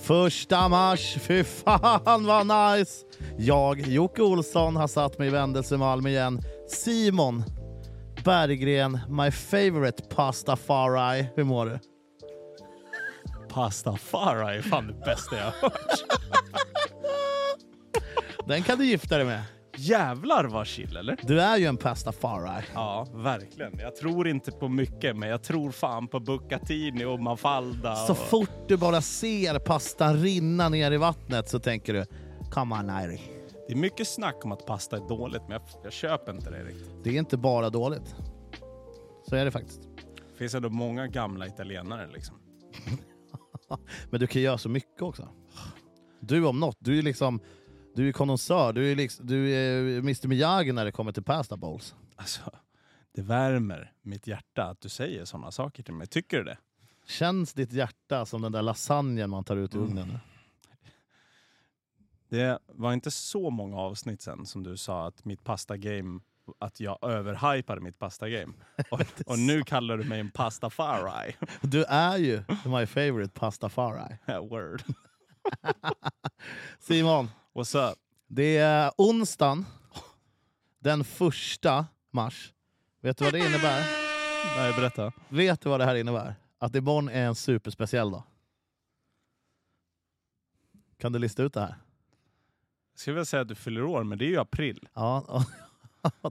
Första mars, fy fan vad nice! Jag, Jocke Olsson, har satt mig i vändelse i Malmö igen. Simon Berggren, my favorite pastafari. Hur mår du? Pastafara är fan det bästa jag har hört. Den kan du gifta dig med. Jävlar vad chill eller? Du är ju en pastafari. Ja, verkligen. Jag tror inte på mycket, men jag tror fan på Bucatini och Mafalda. Så och... fort du bara ser pastan rinna ner i vattnet så tänker du Come on Iri. Det är mycket snack om att pasta är dåligt, men jag, jag köper inte det riktigt. Det är inte bara dåligt. Så är det faktiskt. Det finns ändå många gamla italienare liksom. Men du kan göra så mycket också. Du om något, du är liksom... Du är kondensör, du är, liksom, du är Mr Miyagi när det kommer till pasta bowls. Alltså, det värmer mitt hjärta att du säger sådana saker till mig. Tycker du det? Känns ditt hjärta som den där lasagnen man tar ut ur ugnen? Det var inte så många avsnitt sen som du sa att mitt pasta-game att jag överhypade mitt pasta-game. Och, och nu kallar du mig en pasta-farai. Du är ju my favorite pastafari. Word. Simon, What's up? det är onsdagen den första mars. Vet du vad det innebär? Nej, berätta. Vet du vad det här innebär? Att imorgon är en superspeciell dag. Kan du lista ut det här? Jag skulle vilja säga att du fyller år, men det är ju april. Ja,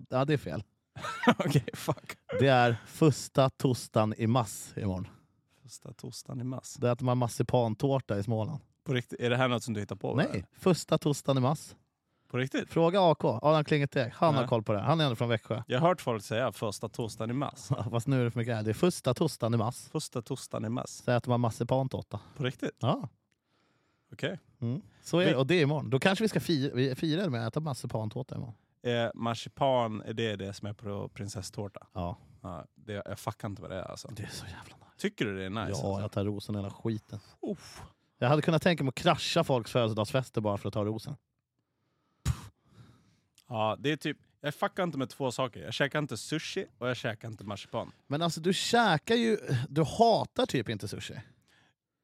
ja det är fel. Okej, fuck. Det är första tostan i mass imorgon. Första torsdagen i mass. Det äter man marsipantårta i Småland. På riktigt, är det här något som du hittar på? Nej, första tostan i mass. På riktigt? Fråga AK, Adam Klingeteg. Han har Ja. koll på det här. Han är ändå från Växjö. Jag har hört folk säga första torsdagen i mass. Fast nu är det för mycket här. Det är första tostan i mass. Första torsdagen i mass. Så äter man marsipantårta. På riktigt? Ja, Okej. mm. så är det. Vi- Och det är imorgon. Då kanske vi ska fira, vi fira det med att äta marsipantårta imorgon. Eh, marsipan, är det det som är på prinsesstårta? Ja, Ja, det, jag fuckar inte vad det är alltså. det är så jävla nice. Tycker du det är nice? Ja, alltså? jag tar rosen hela skiten. Uff. Jag hade kunnat tänka mig att krascha folks födelsedagsfester bara för att ta rosen. ja, det är typ... Jag fuckar inte med två saker. Jag käkar inte sushi och jag käkar inte marsipan. Men alltså du käkar ju... Du hatar typ inte sushi.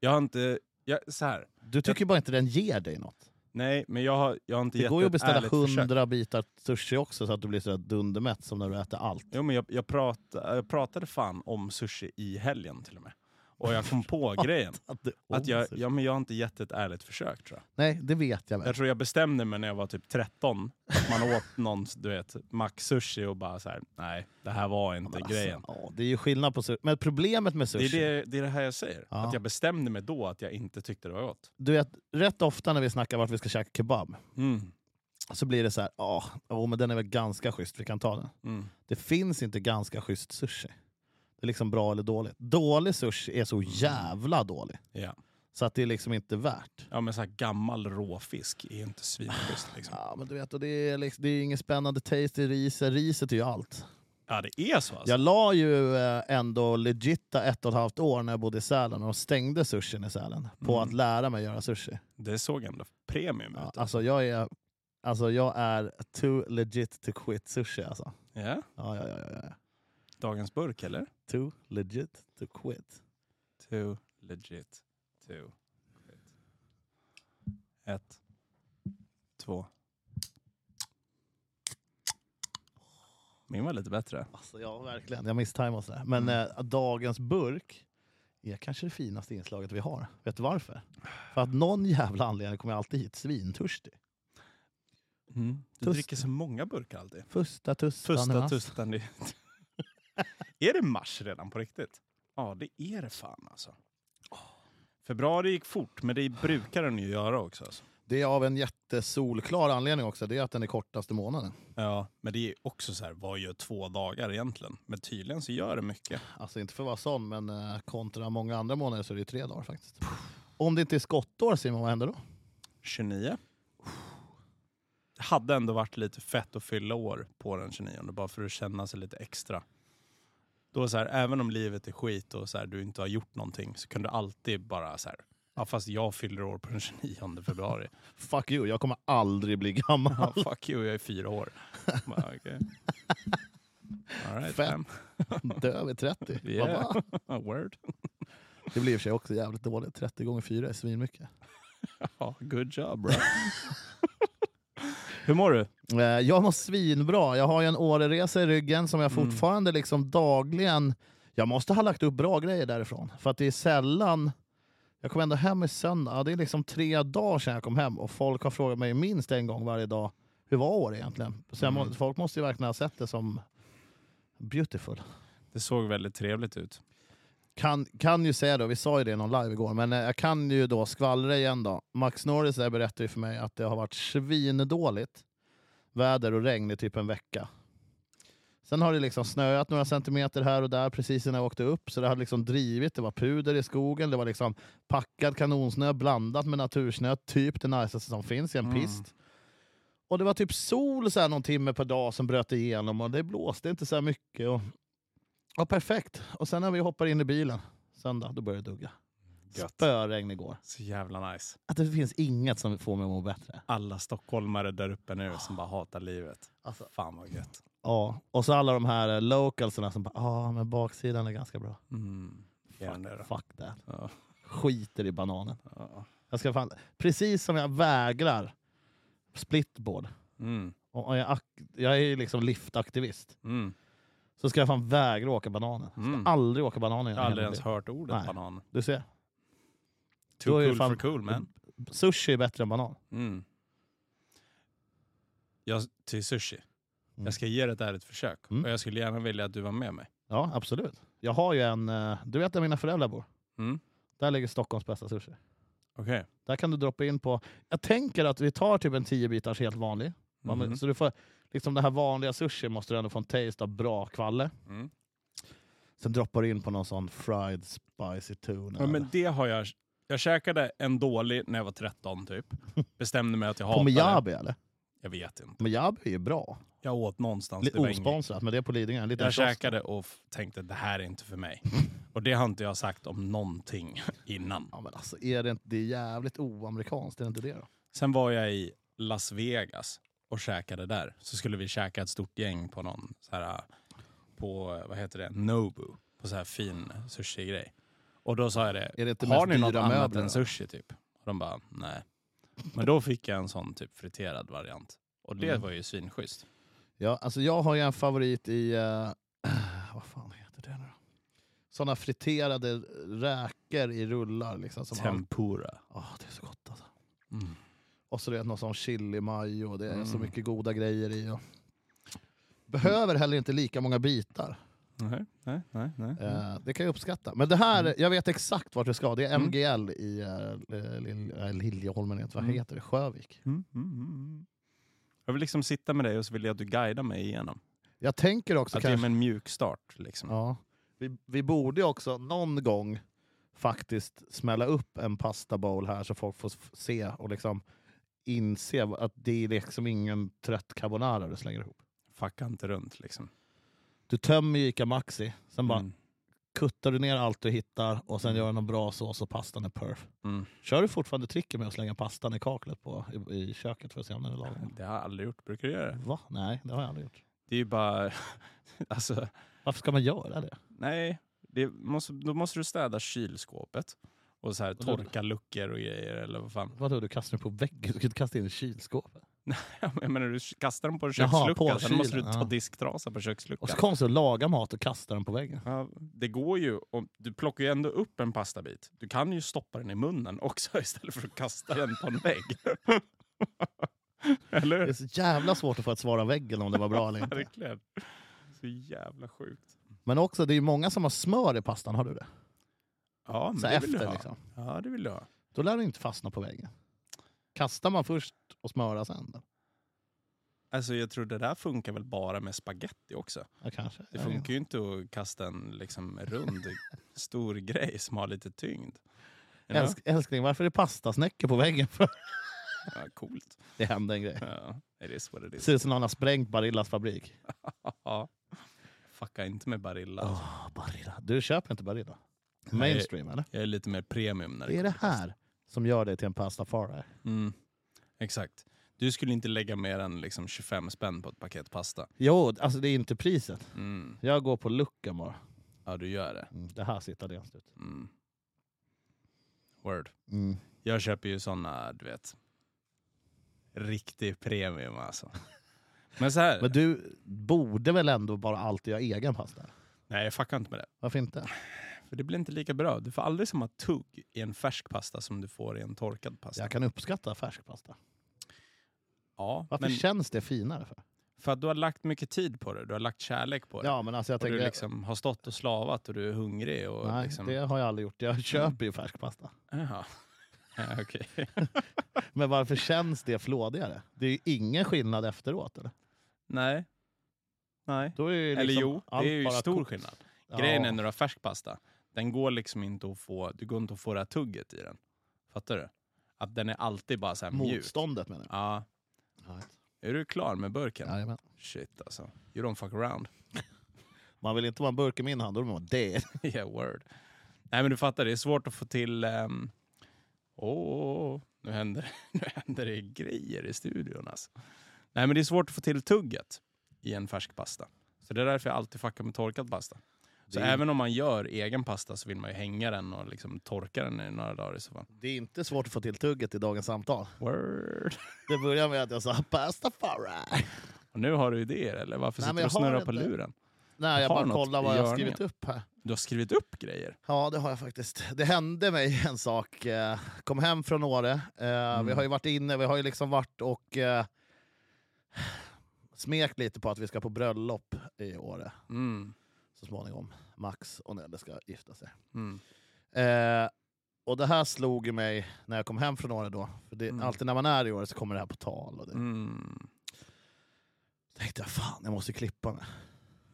Jag har inte... Jag, så här. Du tycker bara inte den ger dig något. Nej, men jag har, jag har inte Det gett går ju ett att beställa ärligt försök. hundra bitar sushi också så att du blir sådär dundermätt som när du äter allt. Jo, men jag, jag, prat, jag pratade fan om sushi i helgen till och med. Och jag kom på grejen. Att du, Att jag, sushi. ja, men jag har inte gett ett ärligt försök tror jag. Nej, det vet jag väl. Jag tror jag bestämde mig när jag var typ 13. att Man åt någon, du vet, max-sushi och bara så här, nej, det här var inte Men grejen. Alltså, ja, det är ju skillnad på sushi. Men problemet med Det sushi, är det, det är det här jag säger. Ja. Att jag bestämde mig då att jag inte tyckte det var gott. du vet, rätt ofta när vi snackar vart vi ska käka kebab Mm. så blir det så här, ja, oh, men den är väl ganska schysst, vi kan ta den. Mm. Det finns inte ganska schysst sushi. Det är liksom bra eller dåligt. Dålig sushi är så Mm. jävla dålig. Ja. Så att det är liksom inte värt. ja, men så här gammal råfisk är inte svinschysst liksom. Ja, men du vet, och det är, liksom, det är ingen spännande taste i riset. Riset är ju allt. Ja, det är så alltså. Jag la ju eh, ändå legitta ett och ett halvt år när jag bodde i Sälen och stängde sushin i Sälen på att lära mig göra sushi. Det såg ändå premium Ja, ut. alltså jag är... Alltså jag är too legit to quit sushi alltså. Ja. Ja, ja, ja, ja, ja. Dagens burk, eller? Too legit to quit. Too legit. Too legit. Ett. Två. Min var lite bättre. Alltså ja, verkligen. Jag misstajmade oss där. Men eh, dagens burk är kanske det finaste inslaget vi har. Vet du varför? För att någon jävla anledning kommer jag alltid hit svintörstig. Mm. Du Tust. dricker så många burkar alltid. Första tustan. Första va? tustan. i- är det mars redan på riktigt? Ja, det är det fan alltså. Februari gick fort, men det brukar den ju göra också. Alltså. Det är av en jättesolklar anledning också. Det är att den är kortaste månaden. Ja, men det är också så här, vad gör två dagar egentligen? Men tydligen så gör det mycket. Alltså inte för att vara sån, men eh, kontra många andra månader så är det ju tre dagar faktiskt. Om det inte är skottår Simon, vad händer då? 29. Det hade ändå varit lite fett att fylla år på den 29 bara för att känna sig lite extra. Då så här, även om livet är skit och så här, du inte har gjort någonting så kan du alltid bara så här, Ja, fast jag fyller år på den 29 februari. Fuck you, jag kommer aldrig bli gammal. Ja, fuck you, jag är fyra år. Bara, okay. All right, Fett. man. Dö vid 30. Vad Yeah. va? Word. Det blir i och för sig också jävligt dåligt. 30 gånger 4 är svinmycket. Ja, good job bro. Hur mår du? Eh, Jag mår svinbra. Jag har ju en Åreresa i ryggen som jag fortfarande liksom dagligen... Jag måste ha lagt upp bra grejer därifrån. För att det är sällan... Jag kom ändå hem i söndag. Ja, Det är liksom tre dagar sedan jag kom hem och folk har frågat mig minst en gång varje dag. Hur var Åre egentligen? Så jag må, Mm. Folk måste ju verkligen ha sett det som beautiful. Det såg väldigt trevligt ut. Kan, kan ju säga då, vi sa ju det i någon live igår, men eh, jag kan ju då skvallra igen då. Max Norris där berättade ju för mig att det har varit svindåligt väder och regn i typ en vecka. Sen har det liksom snöat några centimeter här och där precis innan jag åkte upp, så det hade liksom drivit, det var puder i skogen, det var liksom packad kanonsnö blandat med natursnö, typ det najsaste som finns i en Mm. pist. Och det var typ sol så här någon timme per dag som bröt igenom och det blåste inte så här mycket. Och Ja, perfekt. Och sen när vi hoppar in i bilen söndag, då börjar det dugga. Mm, Gött. Spöregn igår. Så jävla nice. Att det finns inget som får mig att må bättre. Alla stockholmare där uppe nu som bara hatar livet. Alltså. Fan vad gött. Ja, och så alla de här eh, localsarna som bara, ja ah, men baksidan är ganska bra. Mm. Ge den där Fuck, då. fuck that. Ja, Skiter i bananen. ja. Jag ska fan, precis som jag vägrar splitboard, Mm. och och jag, ak- jag är ju liksom liftaktivist, Mm. så ska jag fan vägra åka bananen. Jag ska Mm. aldrig åka bananen Jag igen. har aldrig ens hört ordet Nej. banan. Du ser, Too Då är det cool fan- for cool man. sushi är bättre än banan. Mm. Jag, till sushi. Mm. Jag ska ge det där ett försök. Mm. Och jag skulle gärna vilja att du var med mig. Ja, absolut. Jag har ju en... eh, Du vet där mina föräldrar bor? Mm. Där ligger Stockholms bästa sushi. Okej. Där kan du droppa in på... Jag tänker att vi tar typ en 10 bitars helt vanlig. Man- Mhm. Så du får... Liksom den här vanliga sushi måste du ändå få en taste av bra kvalle. Mm. Sen droppar du in på någon sån fried spicy tuna. Ja, men det har jag. Jag käkade en dålig när jag var 13 typ. Bestämde mig att jag på hatade det. Miyabi eller? Jag vet inte. Miyabi är ju bra. Jag åt någonstans. Lite det var inget. osponsrat, men det är på Lidingö. En liten Jag kiosk. käkade och f- tänkte det här är inte för mig. Och det har inte jag sagt om någonting innan. Ja, men alltså, är det, inte, det är jävligt oamerikanskt, är det inte det då? Sen var jag i Las Vegas och käkade där. Så skulle vi käka ett stort gäng på någon så här, på, vad heter det, Nobu. På så här fin sushi-grej. Och då sa jag det, Är det inte har mest ni något dyra annat möbler, än då? sushi typ? Och de bara, nej. Men då fick jag en sån typ friterad variant. Och det Mm. var ju svinschysst. Ja, alltså jag har ju en favorit i... eh, vad fan heter det nu då? Såna friterade räkor i rullar. Liksom, som all... Tempura. Åh, det är så gott alltså. Mm. Och så det är någon sån chili mayo. och Det är så Mm. mycket goda grejer i. Och... Behöver heller inte lika många bitar. Nej, nej, nej. nej. Eh, det kan jag uppskatta. Men det här, jag vet exakt vart vi ska. Det är Mm. MGL i uh, Lil, eh, Liljeholmen, heter- vad Mm. heter det? Sjövik. Mm, mm, mm, mm. Jag vill liksom sitta med dig och så vill jag att du guidar mig igenom. Jag tänker också att kanske... det är en mjuk start. Liksom. Ja. Vi, vi borde ju också någon gång faktiskt smälla upp en pasta bowl här så folk får f- se och liksom inse att det är liksom ingen trött carbonara du slänger ihop. Fucka inte runt liksom. Du tömmer ju Ica Maxi, sen bara Mm. kuttar du ner allt du hittar och sen gör du någon bra sås och pastan är perf. Mm. Kör du fortfarande tricket med att slänga pastan i kaklet på, i, i köket för att se om den är lagom? Det har jag aldrig gjort. Brukar du göra det? Va? Nej, det har jag aldrig gjort. Det är ju bara... alltså, Varför ska man göra det? nej. Det måste, då måste du städa kylskåpet. Och så här, då- torka luckor och grejer eller vad fan. Vadå, du kastar den på väggen? Du kan inte kasta in i kylskåpet. Jag menar du kastar dem på en Jaha, på kökslucka. sen kylen, måste du ta ja. disktrasa på Och så köksluckan. kommer du och lagar mat och kastar den på väggen. Ja, det går ju. Och du plockar ju ändå upp en pastabit. Du kan ju stoppa den i munnen också istället för att kasta den på en vägg. eller Det är hur? så jävla svårt att få ett svar av väggen om det var bra eller inte. Verkligen. Så jävla sjukt. Men också, det är ju många som har smör i pastan. Har du det? Ja, men Så det vill du efter ha. liksom. Ja, det vill du ha. Då lär det inte fastna på väggen. Kastar man först och smörar sen? då? Alltså jag tror det där funkar väl bara med spaghetti också. Ja, kanske. Det funkar ju inte att kasta en liksom rund stor grej som har lite tyngd. You know? Älsk, älskling, varför är det pastasnäckor på väggen? För? Ja, coolt. Det hände en grej. Ja, it is what it Det is. ser ut som någon har sprängt Barillas fabrik. Ja. Fucka inte med Barilla. Åh, Barilla. Du köper inte Barilla? Nej. Mainstream eller? Jag är lite mer premium när det Det är det kommer till här. som gör det till en pastafara. Mm. Exakt. Du skulle inte lägga mer än liksom 25 spänn på ett paket pasta. Jo, alltså det är inte priset. Mm. Jag går på luckan bara. Ja, du gör det. Mm, det här ser italienskt ut. Mm. Word. Mm. Jag köper ju såna, du vet. Riktig premium alltså. Men så här. Men du borde väl ändå bara alltid göra egen pasta? Nej, jag fuckar inte med det. Varför inte? För det blir inte lika bra. Du får aldrig samma tugg i en färsk pasta som du får i en torkad pasta. Jag kan uppskatta färsk pasta. Ja, Varför men känns det finare? för? för att du har lagt mycket tid på det. Du har lagt kärlek på det. Ja, men alltså jag och du tänker... liksom har stått och slavat och du är hungrig. Och Nej, liksom... det har jag aldrig gjort. Jag köper ju färsk pasta. Jaha. Ja, okej. Men varför känns det flådigare? Det är ju ingen skillnad efteråt. Eller, Nej. Nej. Då är det ju Eller liksom jo, det allt är ju bara stor kokt. skillnad. Ja. Grejen är när du har färsk pasta, den går liksom inte att få, du går inte att få det här tugget i den. Fattar du? Att den är alltid bara så här mjuk. Motståndet menar Ja. jag. Är du klar med burken? Jajamän. Shit alltså. You don't fuck around. Man vill inte vara en burk i min hand, då vill man vara det. yeah word. Nej men du fattar, det är svårt att få till... ehm, Åh, nu, händer, nu händer det grejer i studion alltså. Nej men det är svårt att få till tugget i en färsk pasta. Så det är därför jag alltid fuckar med torkad pasta. Så Det är- även om man gör egen pasta så vill man ju hänga den och liksom torka den i några dagar i så fall. Det är inte svårt att få till tugget i dagens samtal. Word. Det börjar med att jag sa pastafara. Och nu har du idéer eller? Varför Nej, sitter men du och jag har snurrar på inte. luren? Nej, jag Har bara något kollar i vad jag har görningen? skrivit upp här. Du har skrivit upp grejer. Ja, det har jag faktiskt. Det hände mig en sak. eh, Kom hem från Åre. Eh, Vi Mm. har ju varit inne, vi har ju liksom varit och eh, smekt lite på att vi ska på bröllop i Åre Mm. så småningom. Max och Nelly ska gifta sig. Mm. Eh, och det här slog ju mig när jag kom hem från Åre då. För det, Mm. Alltid när man är i Åre så kommer det här på tal. Och det. Mm. tänkte jag, fan jag måste klippa mig.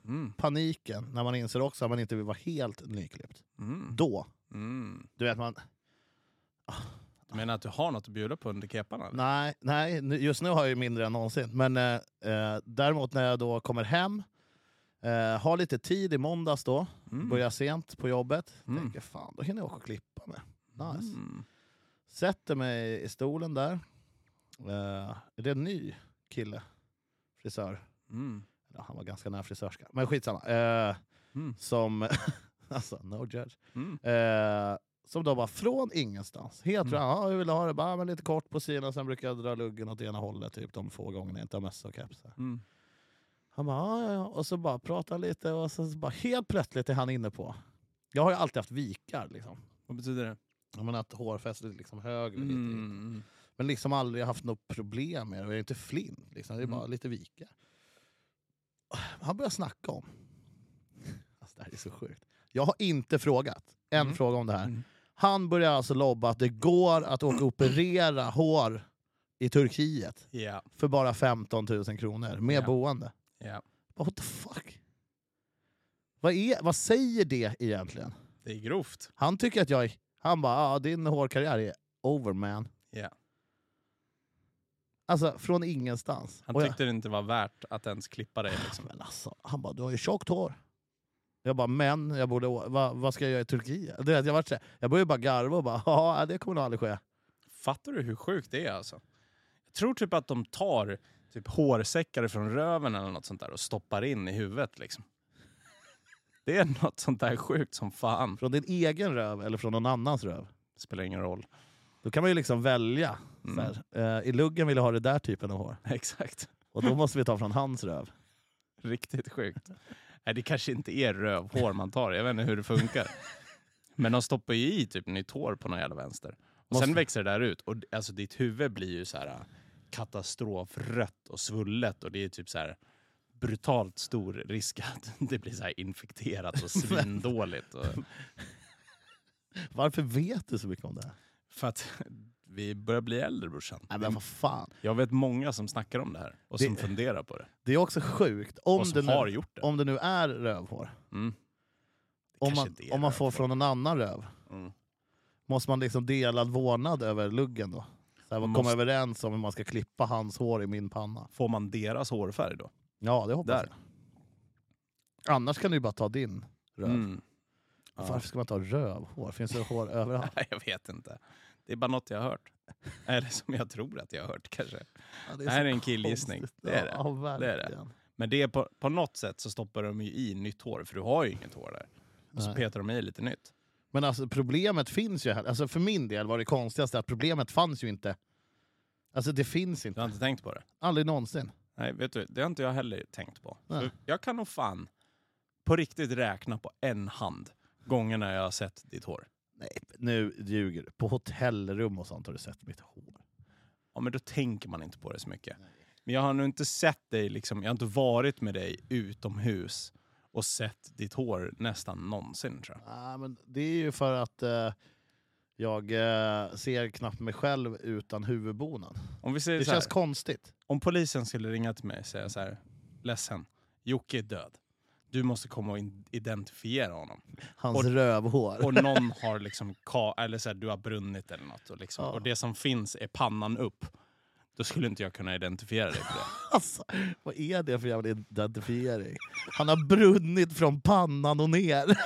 Mm. Paniken när man inser också att man inte vill vara helt nyklippt. Mm. Då, Mm. du vet man, Du menar att du har något att bjuda på under kepan? eller? nej, nej nu- just nu har jag ju mindre än någonsin. Men eh, eh, däremot när jag då kommer hem, eh, har lite tid i måndags då, Mm. börjar sent på jobbet. Mm. Tänker fan, då hinner jag åka och klippa mig. Nice. Mm. Sätter mig i stolen där. Eh, är det en ny kille? Frisör. Mm. Ja, han var ganska nära frisörska. Men skitsamma. Eh, Mm. Som... alltså, no judge. Mm. Eh, som då bara från ingenstans. Helt Mm. mm. ja, jag vill ha det bara men lite kort på sidan, sen brukar jag dra luggen åt ena hållet typ de få gångerna jag inte har mössa och keps. Mm. Han bara, ja, ja, ja. Och så bara pratar lite och så bara helt plötsligt är han inne på. Jag har ju alltid haft vikar liksom. Vad betyder det? Jag menar att hårfästet är liksom högre lite. i- Mm. Men liksom aldrig haft något problem med det. Och jag är inte flint, liksom. det är bara Mm. lite vika. Han börjar snacka om... Alltså, det här är så sjukt. Jag har inte frågat en Mm. fråga om det här. Mm. Han börjar alltså lobba att det går att åka och operera hår i Turkiet Ja, för bara 15 000 kronor med Ja. boende. ja, What the fuck? Vad, är, vad säger det egentligen? det är grovt. Han tycker att jag är... Han bara, ah, din hårkarriär är over man. Ja. Alltså från ingenstans. Han Och jag- tyckte det inte var värt att ens klippa dig. Liksom. Men alltså, han bara, du har ju tjockt hår. Jag bara, men jag borde, å- va, vad ska jag göra i Turkiet? Du vet, jag, vart så här- jag började bara garva och bara, ja det kommer nog aldrig ske. Fattar du hur sjukt det är alltså? Jag tror typ att de tar typ hårsäckar från röven eller något sånt där och stoppar in i huvudet liksom. Det är något sånt där sjukt som fan. Från din egen röv eller från någon annans röv. Spelar ingen roll. Då kan man ju liksom välja. Så här, Mm. eh, I luggen vill jag ha det där typen av hår. Exakt. Och då måste vi ta från hans röv. Riktigt sjukt. Nej, det kanske inte är rövhår man tar. Jag vet inte hur det funkar. Men de stoppar ju i typ nytt hår på någon jävla vänster. Och sen Måste- växer det där ut. Och d- alltså, ditt huvud blir ju så här äh, katastrofrött och svullet. Och det är typ så här brutalt stor risk att det blir så här infekterat och svindåligt. Och Varför vet du så mycket om det här? för att vi börjar bli äldre brorsan. Nej men vad fan. Jag vet många som snackar om det här och som Det- funderar på det. Det är också sjukt. Om, och som det har nu, gjort det. om det nu är rövhår. Mm. Det Om kanske man, inte är om man får rövhår. från en annan röv. Mm. Måste man liksom delad vårdnad över luggen då? Så här, Komma Måste- överens om hur man ska klippa hans hår i min panna. Får man deras hårfärg då? Ja, det hoppas Där. jag. Annars kan du ju bara ta din röv. Mm. Ja. Varför ska man ta rövhår? Finns det hår överallt? Nej, jag vet inte. Det är bara något jag har hört. Eller som jag tror att jag har hört kanske. Ja, Det så här är en killgissning. konstigt. Det är det. Ja, det. verkligen. Men det är på, på något sätt så stoppar de ju i nytt hår, för du har ju inget hår där. Och så Nej. petar de i lite nytt. Men alltså problemet finns ju här. Alltså för min del var det konstigaste att problemet fanns ju inte. Alltså det finns Du inte. har inte tänkt på det? Aldrig någonsin. Nej, vet du, det har inte jag heller tänkt på. Nej. För Jag kan nog fan på riktigt räkna på en hand gångerna jag har sett ditt hår. Nej, nu ljuger du. På hotellrum och sånt har du sett mitt hår. Ja, men då tänker man inte på det så mycket. Men jag har nog inte sett dig, liksom, jag har inte varit med dig utomhus och sett ditt hår nästan någonsin tror jag. Nej, men det är ju för att eh, jag eh, ser knappt mig själv utan huvudbonan. Om, vi säger Det så här, känns konstigt. om polisen skulle ringa till mig och säga så här, ledsen, Jocke är död. Du måste komma och in- identifiera honom. Hans Och- rövhår. Och någon har liksom, ka- eller så här, du har brunnit eller något. Och, liksom, Ja. och det som finns är pannan upp. Då skulle inte jag kunna identifiera dig på det. Alltså, vad är det för jävla identifiering? Han har brunnit från pannan och ner.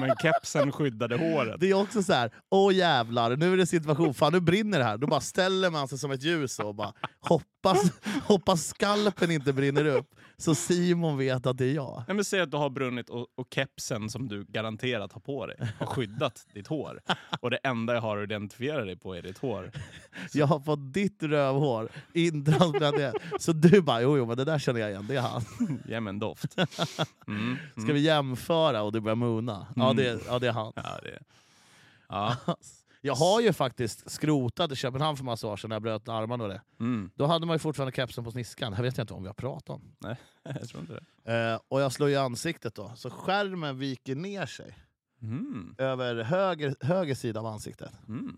Men kepsen skyddade håret. Det är också så här, åh jävlar, nu är det situation, fan nu brinner det här. Då bara ställer man sig som ett ljus och bara hoppas, hoppas skalpen inte brinner upp. Så Simon vet att det är jag. Nej, men säg att du har brunnit och, och kepsen som du garanterat har på dig har skyddat ditt hår. Och det enda jag har att identifiera dig på är ditt hår. Jag har fått ditt rövhår intransplanterat. Så du bara, jo, jo men det där känner jag igen, det är han. Ge mig en doft. Mm. Mm. Ska vi jämföra? Och du börjar mona. Ja, det, ja, det är han. Ja, det... ja. Jag har ju faktiskt skrotat i Köpenhamn för massa år sedan när jag bröt armarna och det. Mm. Då hade man ju fortfarande kepsen på sniskan. Det här vet jag inte om vi har pratat om. Nej, jag tror inte det. Eh, och jag slår i ansiktet då, så skärmen viker ner sig Mm. över höger, höger sida av ansiktet. Mm.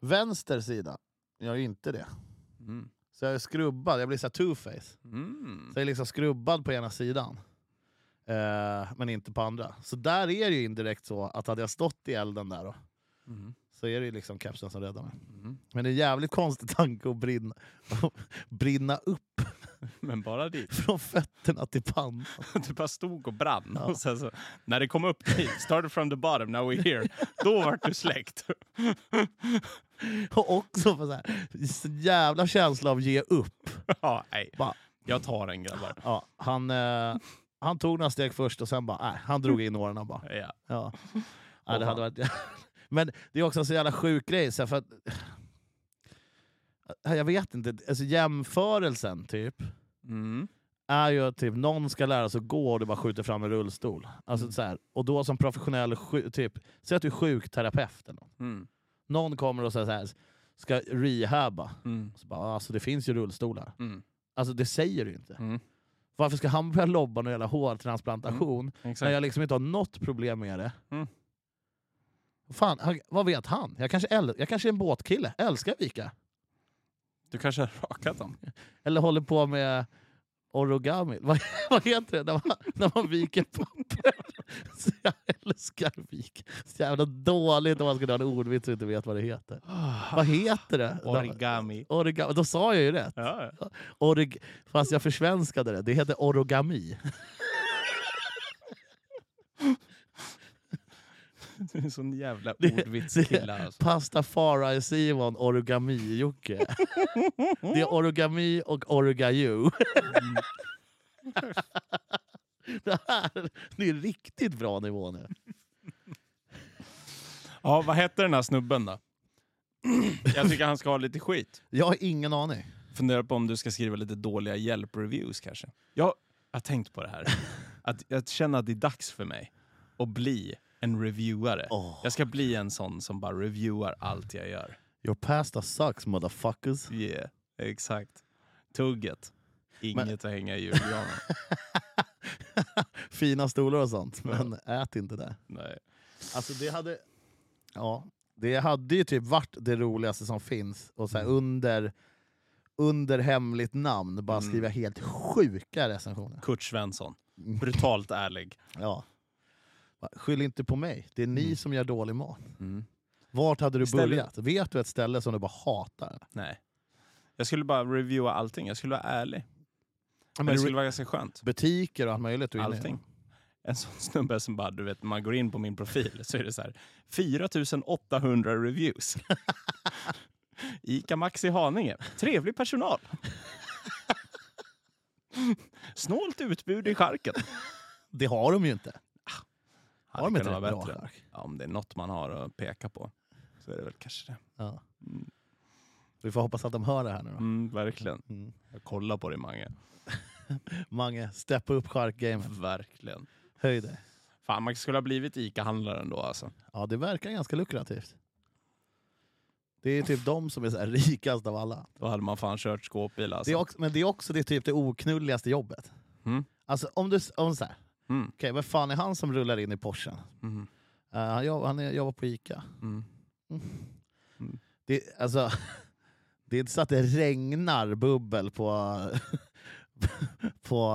Vänster sida gör ju inte det. Mm. Så jag är skrubbad, jag blir så här two-face. Mm. Så jag är liksom skrubbad på ena sidan. Eh, men inte på andra. Så där är det ju indirekt så att hade jag stått i elden där då, Mm. så är det ju liksom kepsen som räddar mig. Mm. Men det är en jävligt konstig tanke att brinna, brinna upp Men bara dit. från fötterna till pannan. Du bara stod och brann. Ja. Och sen så, när det kom upp dit, started from the bottom, now we're here. Då vart du släckt. Och också för så här, så jävla känsla av ge upp. Ja, nej. Bara, Jag tar den grabbar. Ja, han, eh, han tog några steg först och sen bara, nej, han drog in åren och bara. Ja. Ja. Nej, det hade varit... Men det är också en så jävla sjuk grej. Så här, för att, jag vet inte, alltså, jämförelsen typ Mm. är ju att typ, någon ska lära sig att gå och du bara skjuter fram en rullstol. Alltså, så här, och då som professionell, sju- typ, säg att du är sjukterapeut. Eller någon. Mm. någon kommer och säger så här, ska rehabba. Mm. Så bara, alltså, det finns ju rullstolar. Mm. Alltså det säger du inte. Mm. Varför ska han börja lobba någon jävla hårtransplantation när Exakt. jag liksom inte har något problem med det? Mm. Fan, han, vad vet han? Jag kanske, äl- jag kanske är en båtkille, älskar vika. Du kanske har rakat dem? Eller håller på med origami. Vad, vad heter det när man, när man viker papper? Så jag älskar vika. Så jävla dåligt om man skulle ha en ordvits och inte vet vad det heter. Ah, Vad heter det? Origami. Origami. Då sa jag ju rätt. Ja, ja. Orig, fast jag försvenskade det. Det heter origami. Du är en sån jävla Det- ordvitskille alltså. Pastafari Simon origami-Jocke. Det är origami och origayu. Mm. Det här det är riktigt bra nivå nu. Ja, vad hette den här snubben då? Jag tycker han ska ha lite skit. Jag har ingen aning. Funderar på om du ska skriva lite dåliga Yelp-reviews kanske. Jag jag har tänkt på det här. Att jag känner att det är dags för mig att bli en revieware. Åh. Jag ska bli en sån som bara reviewar allt jag gör. Your pasta sucks motherfuckers. Yeah, exakt. Tugget. Inget att hänga i julgranen. Fina stolar och sånt, men ät inte det. Nej. Alltså det hade... Ja, det hade ju typ varit det roligaste som finns. Och så här, under, under hemligt namn bara Mm. skriva helt sjuka recensioner. Kurt Svensson. Brutalt ärlig. Ja. Bara, Skyll inte på mig, det är ni som gör dålig mat. Mm. Vart hade du Istället- börjat? Vet du ett ställe som du bara hatar? Nej. Jag skulle bara reviewa allting. Jag skulle vara ärlig. Men Men det skulle vara ganska skönt. Butiker och allt möjligt. du är inne i. Allting. en sån snubbe som bara, du vet, man går in på min profil så är det så här 4800 reviews. Ica Maxi Haninge. Trevlig personal. Snålt utbud i charken. Det har de ju inte. Hade Har de inte kunnat det? vara Bra chark. Ja, om det är något man har att peka på så är det väl kanske det. Ja. Mm. Vi får hoppas att de hör det här nu då. Mm, verkligen. Mm. Jag kollar på dig Mange. Mange, steppa upp charkgamet. Verkligen. Höj dig. Fan, man skulle ha blivit ICA-handlaren då alltså. Ja, det verkar ganska lukrativt. Det är typ de som är så här rikast av alla. Då hade man fan kört skåpbil alltså. Det är också, men det är också det, typ det oknulligaste jobbet. Mm. Alltså om du... s- Om så här, Mm. Okej, vem fan är han som rullar in i Porschen? Mm. Eh, han jobb- han är- jobbar på Ica. Mm. Det, alltså, det är inte så att det regnar bubbel på, på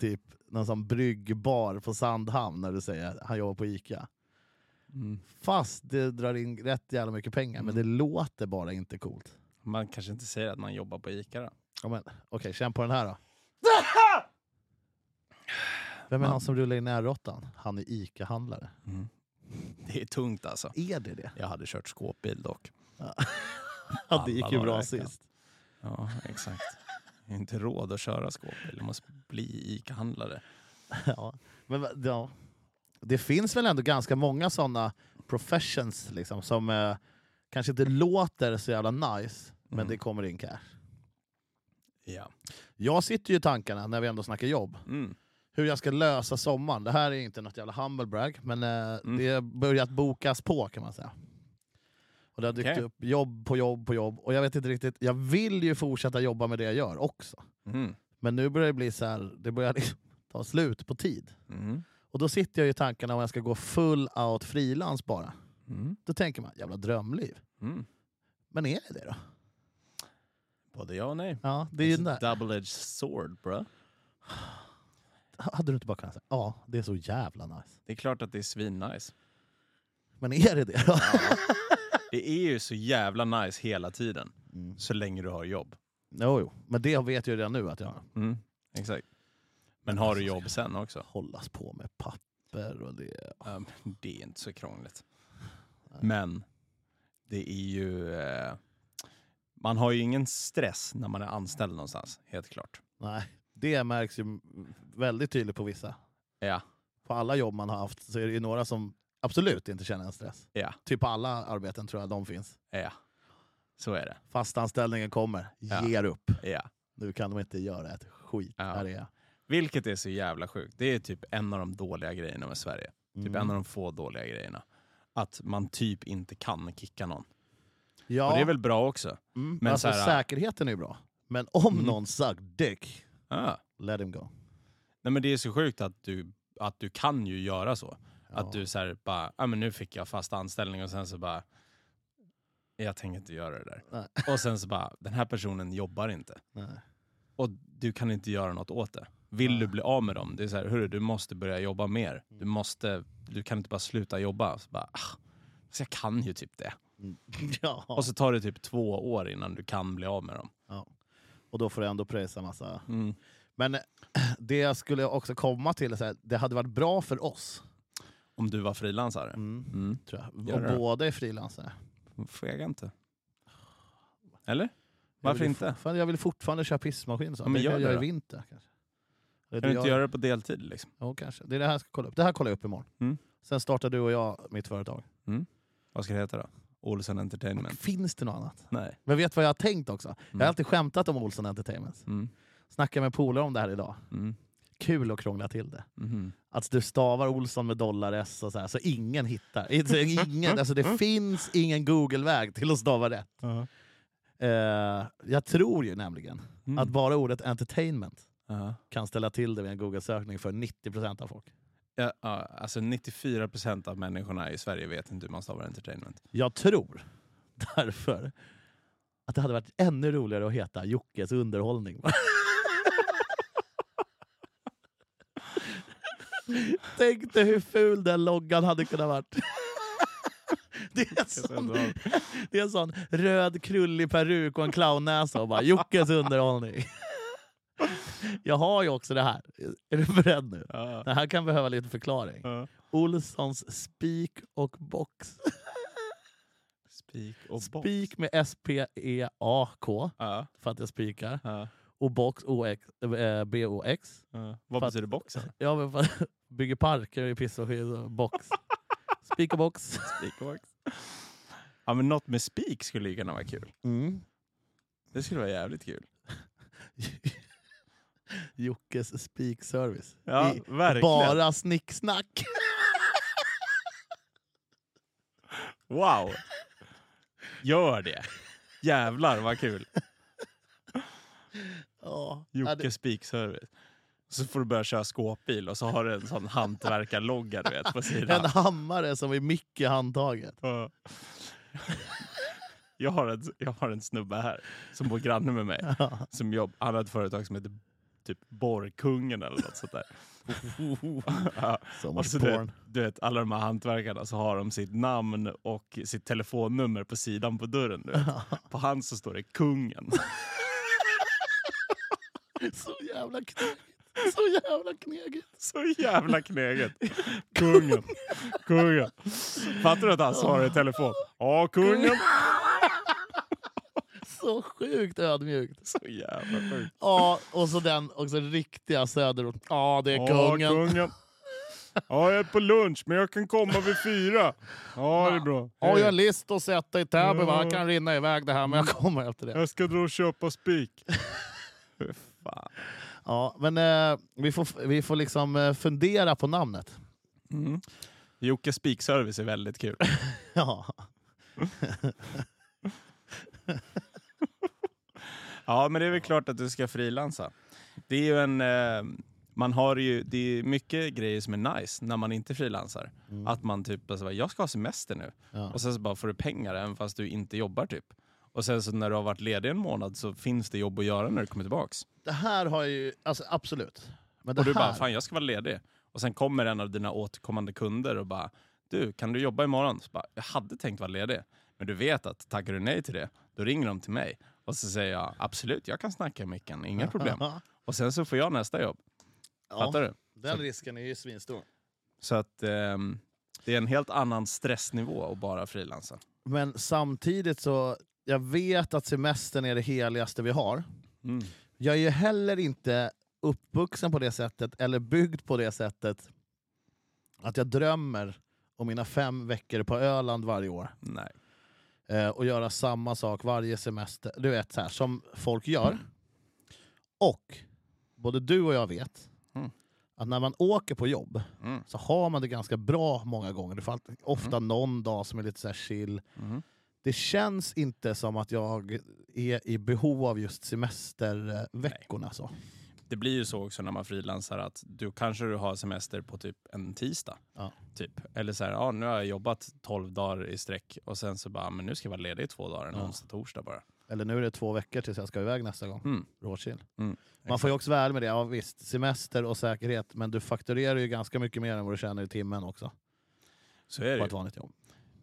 typ någon sån bryggbar på Sandhamn när du säger att han jobbar på Ica. Mm. Fast det drar in rätt jävla mycket pengar, men det låter bara inte coolt. Man kanske inte säger att man jobbar på ICA då. Ja, men, Okej, känn på den här då. Vem är han som rullar in i R8? Han är Ica-handlare. Det är tungt alltså. Är det det? Jag hade kört skåpbil dock. Ja, det gick ju Alla bra dagar i veckan. sist. Ja, exakt. Jag har inte råd att köra skåpbil. Jag måste bli ICA-handlare. Ja. Men, va- ja. Det finns väl ändå ganska många såna professions liksom, som eh, kanske inte låter så jävla nice, men Mm. det kommer in cash. Ja. Jag sitter ju i tankarna, när vi ändå snackar jobb, Mm. hur jag ska lösa sommaren. Det här är inte något jävla humble brag, men eh, Mm. det har börjat bokas på kan man säga. Och det har dykt Okej. upp jobb på jobb på jobb, och jag vet inte riktigt, jag vill ju fortsätta jobba med det jag gör också. Mm. Men nu börjar det bli så här, det börjar liksom ta slut på tid. Mm. Och då sitter jag i tankarna om jag ska gå full out frilans bara. Mm. Då tänker man, jävla drömliv. Mm. Men är det det då? Alltså, Både ja och nej. Ja, det är ju den It's där. a double-edged sword, bro. Hade du inte bara kunnat säga, ja, det är så jävla nice. Det är klart att det är svinnice. Men är det det då? Det är ju så jävla nice hela tiden, Mm. så länge du har jobb. Jo, jo, men det vet jag ju redan nu att jag Mm. Exakt. Men har du jobb sen också? hållas på med papper och det. Ja, men det är inte så krångligt. Men det är ju... Eh, man har ju ingen stress när man är anställd någonstans, helt klart. Nej, det märks ju väldigt tydligt på vissa. Ja. På alla jobb man har haft så är det ju några som absolut inte känner en stress. Ja. Typ på alla arbeten tror jag de finns. Ja, så är det. Fastanställningen kommer, Ja. ger upp. Ja. Nu kan de inte göra ett skit. Ja. Här är jag. Vilket är så jävla sjukt. Det är typ en av de dåliga grejerna med Sverige. Typ Mm. en av de få dåliga grejerna. Att man typ inte kan kicka någon. Ja, Och det är väl bra också? mm, men alltså, så här- äh, säkerheten är ju bra. Men om Mm. någon suck dick, Ja. let him go. Nej men det är så sjukt att du, att du kan ju göra så. Ja. Att du såhär bara, ja men nu fick jag fast anställning och sen så bara, jag tänker inte göra det där. Nej. Och sen så bara, den här personen jobbar inte. Nej. Och du kan inte göra något åt det. Vill Nej. Mm. du bli av med dem, det är så här, hörru, du måste börja jobba mer. Du, måste, du kan inte bara sluta jobba. Så bara, ah, så jag kan ju typ det. Mm. Ja. Och så tar det typ två år innan du kan bli av med dem. ja. Och då får du ändå pröjsa massa. Mm. Men eh, det jag skulle också komma till, är så här, det hade varit bra för oss, Om du var frilansare. mm. Mm. tror jag. Gör det Och då. båda är frilansare. Fega inte. Eller? Jag Varför vill ju inte? fortfarande- Jag vill fortfarande köra pissmaskin. Så. Ja, men det kan gör jag det göra i då. vinter. Kanske. Eller Kan du inte jag- göra det på deltid? Liksom? Jo, kanske. Det är det här jag ska kolla upp. Det här kollar jag upp imorgon. Mm. Sen startar du och jag mitt företag. Vad ska det heta då? Olsen Entertainment? Finns det något annat? Nej. Men vet du vad jag har tänkt också? Jag har Mm. alltid skämtat om Olsson Entertainment. Mm. Snackade med polare om det här idag. Mm. Kul att krångla till det. Mhm. Att du stavar Olsson med dollar S och så, här, så ingen hittar. Alltså, ingen, alltså det finns ingen Google-väg till att stava rätt. Eh, jag tror ju nämligen Mm. att bara ordet entertainment Ja. kan ställa till det vid en Google-sökning för 90% av folk. Ja, ja, alltså 94% av människorna i Sverige vet inte hur man stavar entertainment. Jag tror därför att det hade varit ännu roligare att heta Jockes underhållning. Tänk dig hur ful den loggan hade kunnat varit. Det är, en sån, det är en sån röd krullig peruk och en clownnäsa och bara Jockes underhållning. Jag har ju också det här. Är du beredd nu? Ja. Det här kan behöva lite förklaring. Ja. Olssons spik och box. Spik och bock. Spik med S-P-E-A-K Ja. för att jag spikar. Ja. Och box O-X, eh, B-O-X. Ja. Vad Fast- betyder boxen? Ja, men fan, bygger parker i piss och skit och box. Spik och box. Spik och box. Ja, men något med spik skulle ju kunna vara kul. Mm. Det skulle vara jävligt kul. Jockes spikservice. Ja, I- verkligen. bara snicksnack. Wow! Gör det! Jävlar vad kul! Ja, ja, det- Jocke spikservice. Så får du börja köra skåpbil och så har du en sån hantverkarlogga du vet på sidan. En hammare som är mycket i handtaget. Ja. Jag har, en, jag har en snubbe här som bor granne med mig. Som jobb, han har ett företag som heter typ Borrkungen eller något sånt där. Ja. So Och much så du, porn. vet, du vet, alla de här hantverkarna så har de sitt namn och sitt telefonnummer på sidan på dörren. Du vet. På hans så står det Kungen. Så jävla knegigt. Så jävla knegigt. Så jävla kneget. Kungen. Kungen. Fattar du att han svarar i telefon? Ja, kungen. Så sjukt ödmjukt. Så jävla sjukt. Ja, och så den också riktiga söderort. Ja, det är Ja, kungen. kungen. Ja, jag är på lunch, men jag kan komma vid fyra. Ja, det är bra. Ja, Hej. jag har list att sätta i Täby. va? Ja. Han kan rinna iväg det här, men jag kommer efter det. Jag ska dra och köpa spik. Fy fan. Ja, men eh, vi, får, vi får liksom eh, fundera på namnet. Jocke spikservice är väldigt kul. Ja. Ja, men det är väl klart att du ska frilansa. Det är ju en... Eh, man har ju, det är mycket grejer som är nice när man inte frilansar. Att man typ, alltså, bara, jag ska ha semester nu. Mm. Ja. Och sen så bara får du pengar även fast du inte jobbar typ. Och sen så när du har varit ledig en månad så finns det jobb att göra när du kommer tillbaks. Det här har ju... Alltså, absolut. Men det och du bara, här... fan jag ska vara ledig. Och sen kommer en av dina återkommande kunder och bara, du kan du jobba imorgon? Så bara, jag hade tänkt vara ledig. Men du vet att tackar du nej till det, då ringer de till mig. Och så säger jag, absolut jag kan snacka i micken, inga problem. Och sen så får jag nästa jobb. Fattar du? Den risken är ju svinstor. Så att ehm, det är en helt annan stressnivå att bara frilansa. Men samtidigt så, jag vet att semestern är det heligaste vi har. Mm. Jag är ju heller inte uppvuxen på det sättet, eller byggd på det sättet, att jag drömmer om mina fem veckor på Öland varje år. Nej. Eh, och göra samma sak varje semester. Du vet, så här, som folk gör. Mm. Och, både du och jag vet, Mm. att när man åker på jobb Mm. så har man det ganska bra många gånger. Det får ofta någon dag som är lite så här chill. Mm. Det känns inte som att jag är i behov av just semesterveckorna. alltså. Så. det blir ju så också när man frilansar att du kanske du har semester på typ en tisdag. Ja. Typ. Eller så här, ja, nu har jag jobbat 12 dagar i sträck och sen så bara, men nu ska jag vara ledig i två dagar, en Ja. onsdag, torsdag bara. Eller nu är det två veckor tills jag ska iväg nästa gång. Mm. Råchill. Mm, Man får ju också vara ärlig med det. Ja, visst, semester och säkerhet, men du fakturerar ju ganska mycket mer än vad du tjänar i timmen också. Så är På det ett ju. vanligt jobb.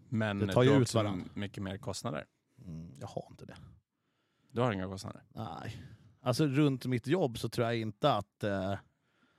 Men det tar ju du har ut också varandra. mycket mer kostnader. Mm, jag har inte det. Du har inga kostnader. Nej. Alltså runt mitt jobb så tror jag inte att... Eh,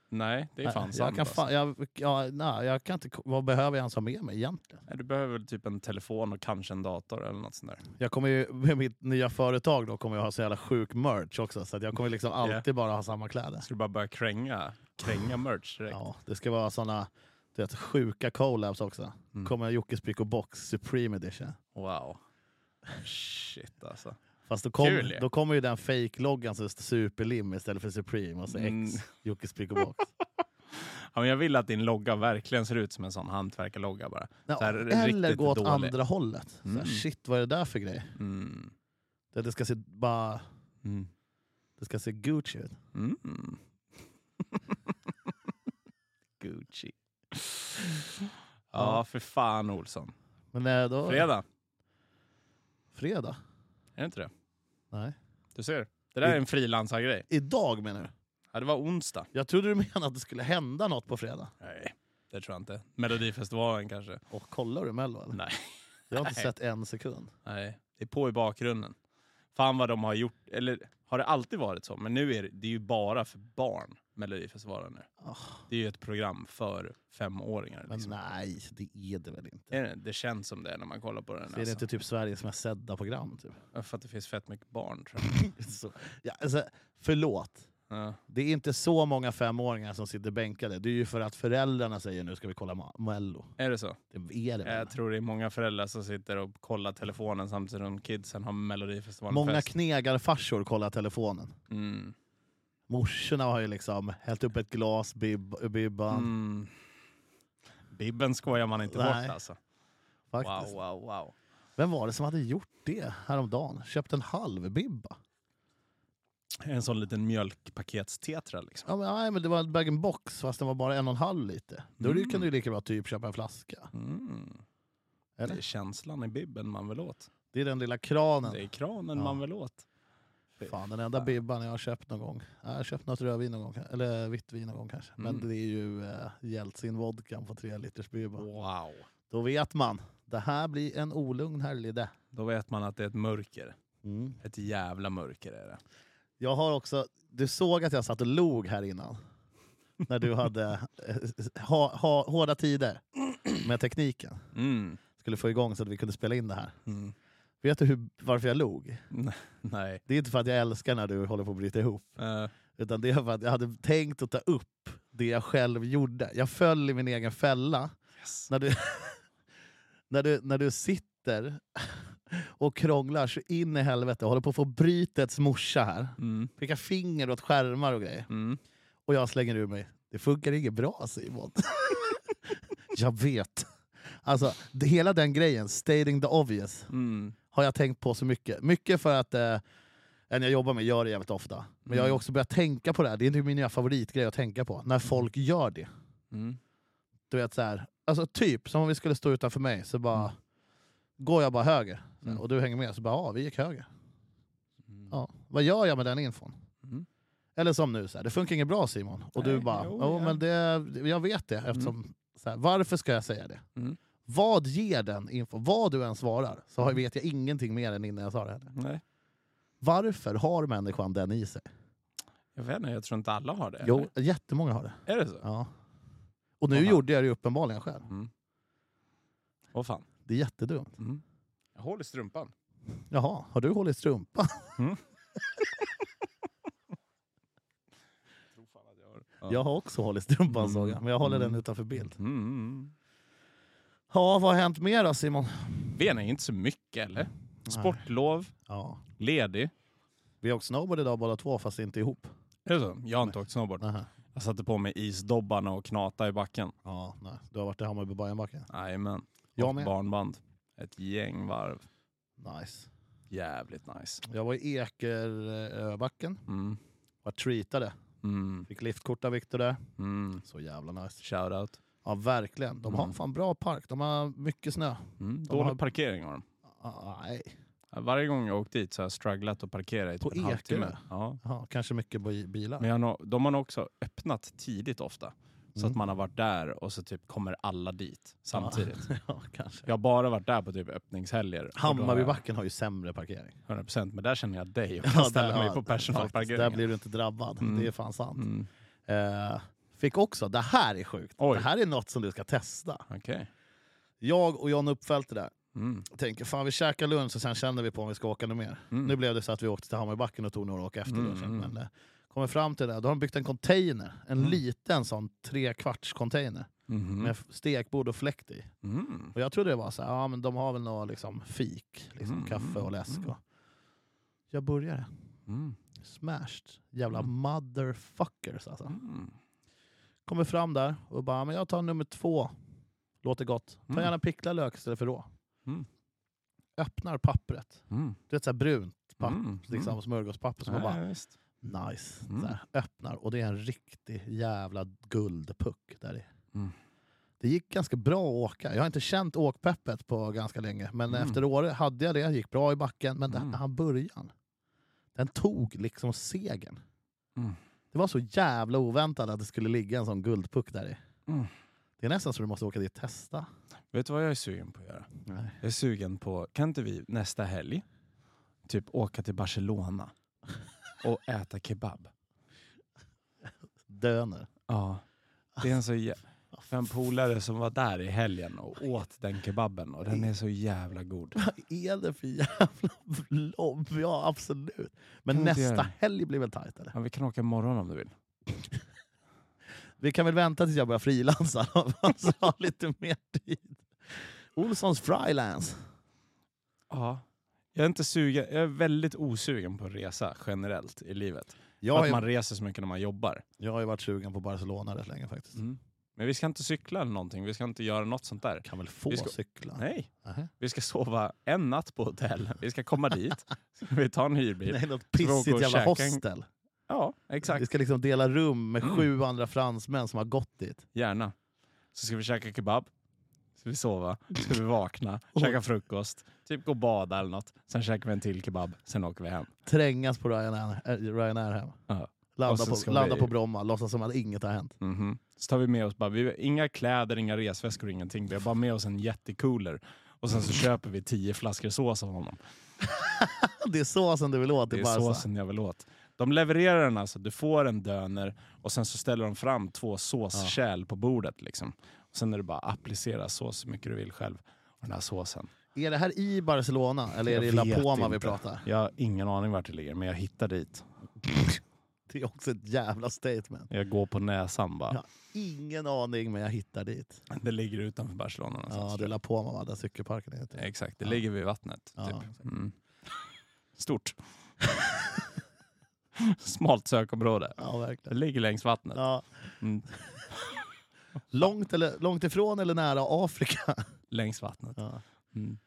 Nej, det är fan sant. jag, kan alltså. fan, jag, ja, nej, jag kan inte... ko- Vad behöver jag ens ha med mig egentligen? Nej, Du behöver väl typ en telefon och kanske en dator eller något sånt där. Jag kommer ju, med mitt nya företag då kommer jag ha så jävla sjuk merch också, så att jag kommer liksom alltid bara ha samma kläder. Ska du bara börja kränga, kränga merch direkt? Ja, det ska vara såna du vet, sjuka collabs också. Mm. Kommer Jockes Pick och Box Supreme Edition. Wow. Shit alltså. Fast då, kom, Kul ju. då kommer ju den fake-loggan som står Superlim istället för Supreme och så X, Mm. Jockes Pick och Box. Ja, men jag vill att din logga verkligen ser ut som en sån hantverkarlogga bara. Ja, Så här, eller riktigt gå åt dålig. andra hållet. Så här, Mm. Shit, vad är det där för grej? Mm. Det, det, ska se bara, Mm. det ska se Gucci ut. Mm. Gucci. Ja, för fan Olsson. Men eh, då... Fredag, Fredag? är det inte det? Nej. Du ser, det där är en frilansargrej. Idag menar du? Ja, det var onsdag. Jag trodde du menade att det skulle hända något på fredag. Nej, det tror jag inte. Melodifestivalen kanske? Och kollar du Mello eller? Nej. Jag har inte Nej. sett en sekund. Nej, det är på i bakgrunden. Fan vad de har gjort, eller har det alltid varit så? Men nu är det, det är ju bara för barn, Melodifestivalen nu. Ah. Det är ju ett program för femåringar. Men Liksom. nej, det är det väl inte? Är det, det känns som det när man kollar på den. Det är det alltså. inte typ Sveriges mest sedda program? Typ. För att det finns fett mycket barn tror jag. Så, ja, alltså, förlåt, Ja. det är inte så många femåringar som sitter bänkade. Det är ju för att föräldrarna säger nu ska vi kolla Ma- Mello. Är det så? Det är det väl? Jag tror det är många föräldrar som sitter och kollar telefonen samtidigt som kidsen har Melodifestivalen Många fest. knegarfarsor kollar telefonen. Mm. Morsorna har ju liksom hällt upp ett glas, bib- bibban. Mm. Bibben skojar man inte Nej, bort alltså. Faktiskt. Wow, wow, wow. Vem var det som hade gjort det häromdagen? Köpt en halv bibba? En sån liten mjölkpaketstetra liksom. Ja, men, nej, men det var en bag-in-box fast den var bara en och en halv liter. Då Mm. kan du ju lika bra typ köpa en flaska. Mm. Eller? Det är känslan i bibben man vill åt. Det är den lilla kranen. Det är kranen Ja. man vill åt. Fan, den enda bibban jag har köpt någon gång. Jag har köpt något rödvin någon gång, eller vitt vin någon gång kanske. Men Mm. det är ju eh, Jeltsin vodka på tre liters bibba. Wow. Då vet man. Det här blir en olugn helgde. Då vet man att det är ett mörker. Mm. Ett jävla mörker är det. Jag har också, du såg att jag satt och log här innan. När du hade eh, ha, ha, hårda tider med tekniken. Mm. Skulle få igång så att vi kunde spela in det här. Mm. Vet du hur, varför jag log? Nej. Det är inte för att jag älskar när du håller på att bryta ihop. Eh, Utan det är för att jag hade tänkt att ta upp det jag själv gjorde. Jag föll i min egen fälla. yes. När du, när du, när du sitter och krånglar så in i helvete. Håller på att få brytets morsa här. Mm. Pekar finger åt skärmar och grejer. Mm. Och jag slänger ur mig. Det funkar inget bra Simon. jag vet. Alltså, det, hela den grejen, stating the obvious, Mm. har jag tänkt på så mycket. Mycket för att eh, en jag jobbar med gör det jävligt ofta. Men jag har ju Mm. också börjat tänka på det här. Det är inte min nya favoritgrej att tänka på. När folk gör det. Mm. Du vet så här, alltså typ som om vi skulle stå utanför mig så bara Mm. går jag bara höger. Så här, Mm. Och du hänger med så bara ja, vi gick höger. Mm. Ja. Vad gör jag med den infon? Mm. Eller som nu, så här, det funkar inget bra Simon. Och du Nej, bara, jo, jo, ja." men det, jag vet det eftersom, så här, varför ska jag säga det? Mm. Vad ger den info? Vad du än svarar så har- vet jag ingenting mer än innan jag sa det. Här. Nej. Varför har människan den i sig? Jag vet inte, jag tror inte alla har det. Jo, jättemånga har det. Är det så? Ja. Och nu Aha. gjorde jag det ju uppenbarligen själv. Mm. Åh fan. Det är jättedumt. Mm. Jag håller strumpan. Jaha, har du hållit strumpan? Tror fan att jag har. Ja. Jag har också hållit strumpan Mm. såg jag, men jag håller Mm. den utanför bild. Mm. Ja, vad har hänt mer då Simon? Vena är inte så mycket eller? Sportlov, Ja. ledig. Vi har åkt snowboard idag båda två, fast inte ihop. Är det så? Jag har inte åkt snowboard. Nähä. Jag satte på mig isdobbarna och knata i backen. Ja, nej. Du har varit i Hammarby Bajenbacken? Jajamän. Jag Och med. barnband. Ett gäng varv. Nice. Jävligt nice. Jag var i Ekeröbacken, Mm. var treatade. Mm. Fick liftkort av Viktor där. Mm. Så jävla nice. Shoutout. Ja, verkligen. De har Mm. fan bra park. De har mycket snö. Mm. De Dålig har- parkering har de. Ah, nej. Varje gång jag åkt dit så har jag strugglat att parkera i typ På en halvtimme. Ekerö? Ja. Jaha, kanske mycket bi- bilar. Men jag har, nog- de har nog också öppnat tidigt ofta. Så Mm. att man har varit där och så typ kommer alla dit samtidigt. ja, kanske. Jag har bara varit där på typ öppningshelger. Hammarbybacken har ju sämre parkering. 100 men där känner jag dig och kan ställa där- mig ja, på faktiskt. Där personalparkeringen. blir du inte drabbad. Mm. Det är fan sant. Mm. Eh, fick också, det här är sjukt. Oj. Det här är något som du ska testa. Okej. Jag och John Uppfeldt är där. Mm. Tänker fan vi käkar lunch och sen känner vi på om vi ska åka något mer. Mm. Nu blev det så att vi åkte till Hammarbybacken och tog några åk efter Mm, lunchen. mm. Men eh, kommer fram till det, där, då har de byggt en container. En Mm. liten sån trekvarts container Mhm. med f- stekbord och fläkt i. Mm. Och jag trodde det var så här, ja men de har väl något liksom fik, liksom Mm, kaffe och mm, läsk. mm. Och... Jag började. Mm. Smashed. Jävla Mm. motherfuckers alltså. Mm. Kommer fram där och bara, men jag tar nummer två. Låter gott. Ta Mm. gärna picklad lök istället för rå. Mm. Öppnar pappret. Mm. Du vet såhär brunt papp, Mm. liksom, smörgåspapper som Nej, man bara, visst. nice. Mm. Såhär, öppnar och det är en riktig jävla guldpuck där i. Mm. Det gick ganska bra att åka. Jag har inte känt åkpeppet på ganska länge. Men Mm. efter året hade jag det, gick bra i backen. Men den Mm. här början, den tog liksom segern. Mm. Det var så jävla oväntat att det skulle ligga en sån guldpuck där i. Mm. Det är nästan så du måste åka dit och testa. Vet du vad jag är sugen på att göra? Nej. Jag är sugen på, kan inte vi nästa helg typ åka till Barcelona och äta kebab. Döner. Ja. Det är en så jä- en polare som var där i helgen och åt den kebaben och den är så jävla god. Vad är det för jävla lobb? Ja, absolut. Men Kan vi inte göra nästa det? helg blir väl tajt eller? Ja, vi kan åka imorgon om du vill. Vi kan väl vänta tills jag börjar frilansa då, så jag har lite mer tid. Olssons frilans. Ja. Jag är inte sugen, jag är väldigt osugen på att resa generellt i livet. Jag har, att ju, man reser så mycket när man jobbar. jag har ju varit sugen på Barcelona rätt länge faktiskt. Men vi ska inte cykla eller någonting, vi ska inte göra något sånt där. Kan väl få Vi ska- cykla? Nej, Nähä. vi ska sova en natt på hotell, vi ska komma dit, Ska vi tar en hyrbil. Nej, något vi åka och pissigt jävla käka en- hostel. Ja, Vi exakt. Mm. ska liksom dela rum med sju andra fransmän som har gått dit. Gärna. Så ska vi käka kebab, ska vi sova, ska vi vakna, käka frukost, typ gå och bada eller något. Sen käkar vi en till kebab, sen åker vi hem. Trängas på Ryanair, äh, Ryanair hem. Ja. Och Landa, sen på, ska landa vi- på Bromma, låtsas som att inget har hänt. Mhm. Så tar vi med oss bara, vi, inga kläder, inga resväskor, ingenting. Vi har bara med oss en jättecooler. Och sen så köper vi tio flaskor sås av honom. Det är såsen du vill åt Det i är Barca. såsen jag vill åt. De levererar den alltså, du får en döner och sen så ställer de fram två såskärl på bordet. Liksom. Och sen är det bara att applicera sås så mycket du vill själv. Och den här såsen. Är det här i Barcelona eller är Jag det i La vet Poma vi inte. pratar? Jag har ingen aning vart det ligger, men jag hittar dit. Det är också ett jävla statement. Jag går på näsan bara. Ja. Ingen aning men jag hittar dit. Det ligger utanför Barcelona någonstans. Ja, det är La Poma va, där cykelparken heter. Exakt, det Ja. ligger vid vattnet. Ja, Typ. Mm. Stort. Smalt sökområde. Ja, Det verkligen. ligger längs vattnet. Ja. Mm. Långt, eller, långt ifrån eller nära Afrika? Längs vattnet. Ja. Mm.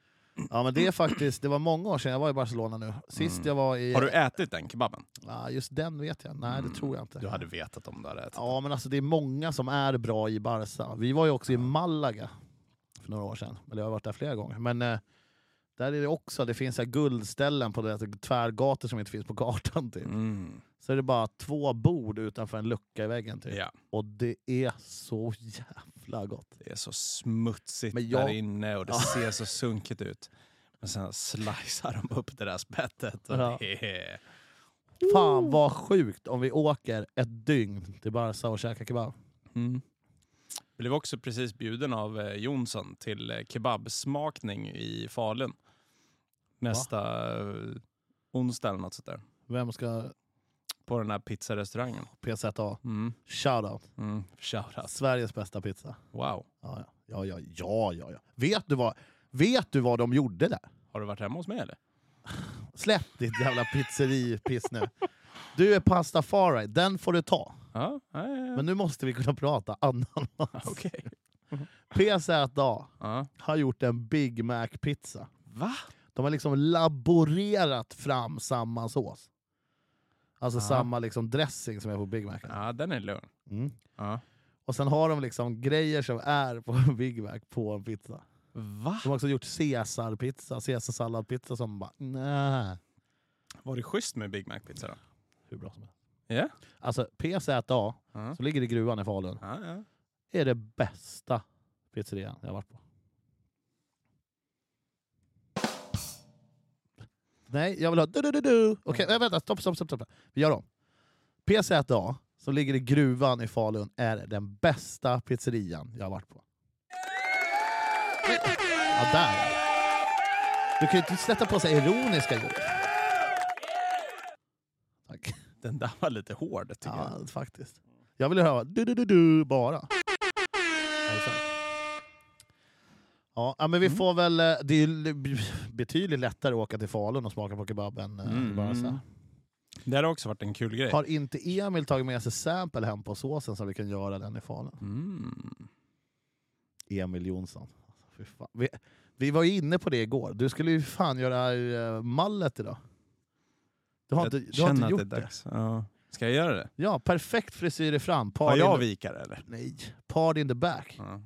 ja, men det är faktiskt, det var många år sedan jag var i Barcelona nu. Sist Mm. jag var i... Har du ätit den kebaben? Ja, just den vet jag. Nej, Mm. det tror jag inte. Du hade vetat om du hade ätit den. Ja, men alltså det är många som är bra i Barca. Vi var ju också i Malaga för några år sedan. Eller jag har varit där flera gånger. Men eh, där är det också, det finns så här guldställen på det, alltså, tvärgator som inte finns på kartan. Typ. Mm. Så är det bara två bord utanför en lucka i väggen. Typ. Ja, Och det är så jävla gott. det är så smutsigt Men jag- där inne och det Ja. ser så sunkigt ut. Men sen slicear de upp det där spettet. Och Ja. det är... Fan vad sjukt om vi åker ett dygn till Barca och käkar kebab. Mm. Blev också precis bjuden av eh, Jonsson till eh, kebabsmakning i Falun. Nästa eh, onsdag eller något sånt där. Vem ska På den här pizzarestaurangen. PZA? Mm. Shoutout. Mm. Shoutout. Sveriges bästa pizza. Wow. Ja, ja, ja, ja, ja, ja. Vet, du vad, vet du vad de gjorde där? Har du varit hemma hos mig eller? Släpp ditt jävla pizzeripiss nu. Du är pastafari, den får du ta. Ja, ja, ja, ja. Men nu måste vi kunna prata ananas. okej. PZA Ja. har gjort en Big Mac-pizza. Va? De har liksom laborerat fram samma sås. Alltså Ja. samma liksom dressing som är på Big Mac. Ja, den är lugn. Mm. Ja. Och sen har de liksom grejer som är på en Big Mac på en pizza. Va? De har också gjort caesarpizza, caesarsalladpizza som bara nej. Var det schysst med Big Mac-pizza då? Hur bra som helst. Ja. Alltså PZA, Ja. som ligger i gruvan i Falun. Ja, ja. är det bästa pizzerian jag har varit på. Nej, jag vill ha... Du, du, du, du. Okej, nej, vänta. Stopp, stopp, stopp, stopp. Vi gör om. PZA, som ligger i gruvan i Falun, är den bästa pizzerian jag har varit på. Ja, där. Du kan ju inte sätta på sig ironiska ljud. Tack. Den där var lite hård tycker Ja, jag. faktiskt. Jag vill höra du, du, du, du bara. Ja, det är sant. Ja, ja, Mm. men vi får väl... eh, Det är ju b- betydligt lättare att åka till Falun och smaka på kebab än mm. Mm. bara så här. Det hade också varit en kul grej. Har inte Emil tagit med sig sample hem på såsen så vi kan göra den i Falun? Mm. Emil Jonsson. Alltså, fy fan. Vi, vi var ju inne på det igår. Du skulle ju fan göra eh, mallet idag. Du har Jag inte, du har känner inte att gjort det. det är dags. Ja. Ska jag göra det? Ja, perfekt frisyr i fram. Par Har in- jag vikare eller? Nej, party in the back. Ja.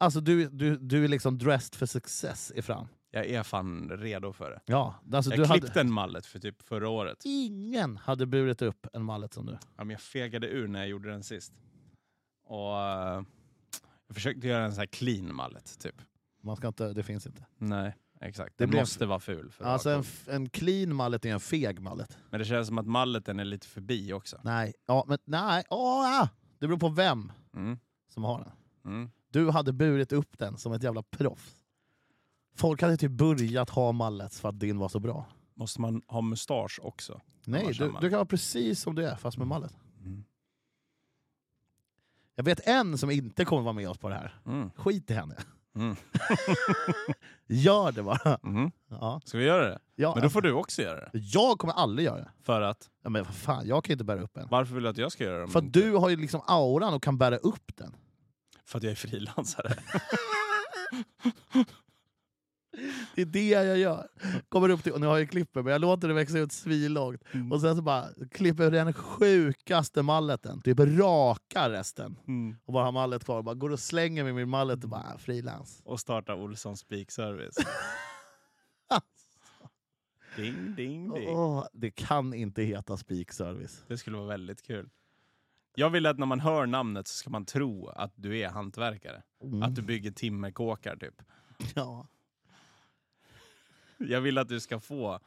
Alltså du, du, du är liksom dressed for success i fram. Jag är fan redo för det. Ja, alltså du jag klippte hade... en mallet för typ förra året. Ingen hade burit upp en mallet som du. Ja, men jag fegade ur när jag gjorde den sist. Och eh, jag försökte göra en sån här clean mallet typ. Man ska inte, det finns inte. Nej. Exakt. Det Det blev- måste vara ful. För att Alltså vara en, cool. f- en clean mallet är en feg mallet. Men det känns som att malleten är lite förbi också. Nej, ja, men nej. Åh, ja. Det beror på vem Mm. som har den. Mm. Du hade burit upp den som ett jävla proffs. Folk hade typ börjat ha mallets för att din var så bra. Måste man ha mustasch också? Nej, Annars du, är man- du kan vara precis som du är fast med mallet. Mm. Jag vet en som inte kommer vara med oss på det här. Mm. Skit i henne. Mm. Gör det bara. Mhm. Ja. Ska vi göra det? Ja, alltså, Men då får du också göra det. Jag kommer aldrig göra det. För att, Ja, men vad fan, jag kan inte bära upp en. varför vill du att jag ska göra det? om För att inte- du har ju liksom auran och kan bära upp den. För att jag är frilansare. Det är det jag gör. Kommer upp till, och nu har jag ju klippet, men jag låter det växa ut svinlångt. Mm. Och sen så bara klipper jag den sjukaste malleten. Typ rakar resten. Mm. Och bara har mallet kvar. Bara går och slänger med min mallet och bara frilans. Och starta Olssons Spikservice. ding, ding, ding. Åh, det kan inte heta spikservice. Det skulle vara väldigt kul. Jag vill att när man hör namnet så ska man tro att du är hantverkare. Mm. Att du bygger timmerkåkar typ. Ja. Jag vill att du ska få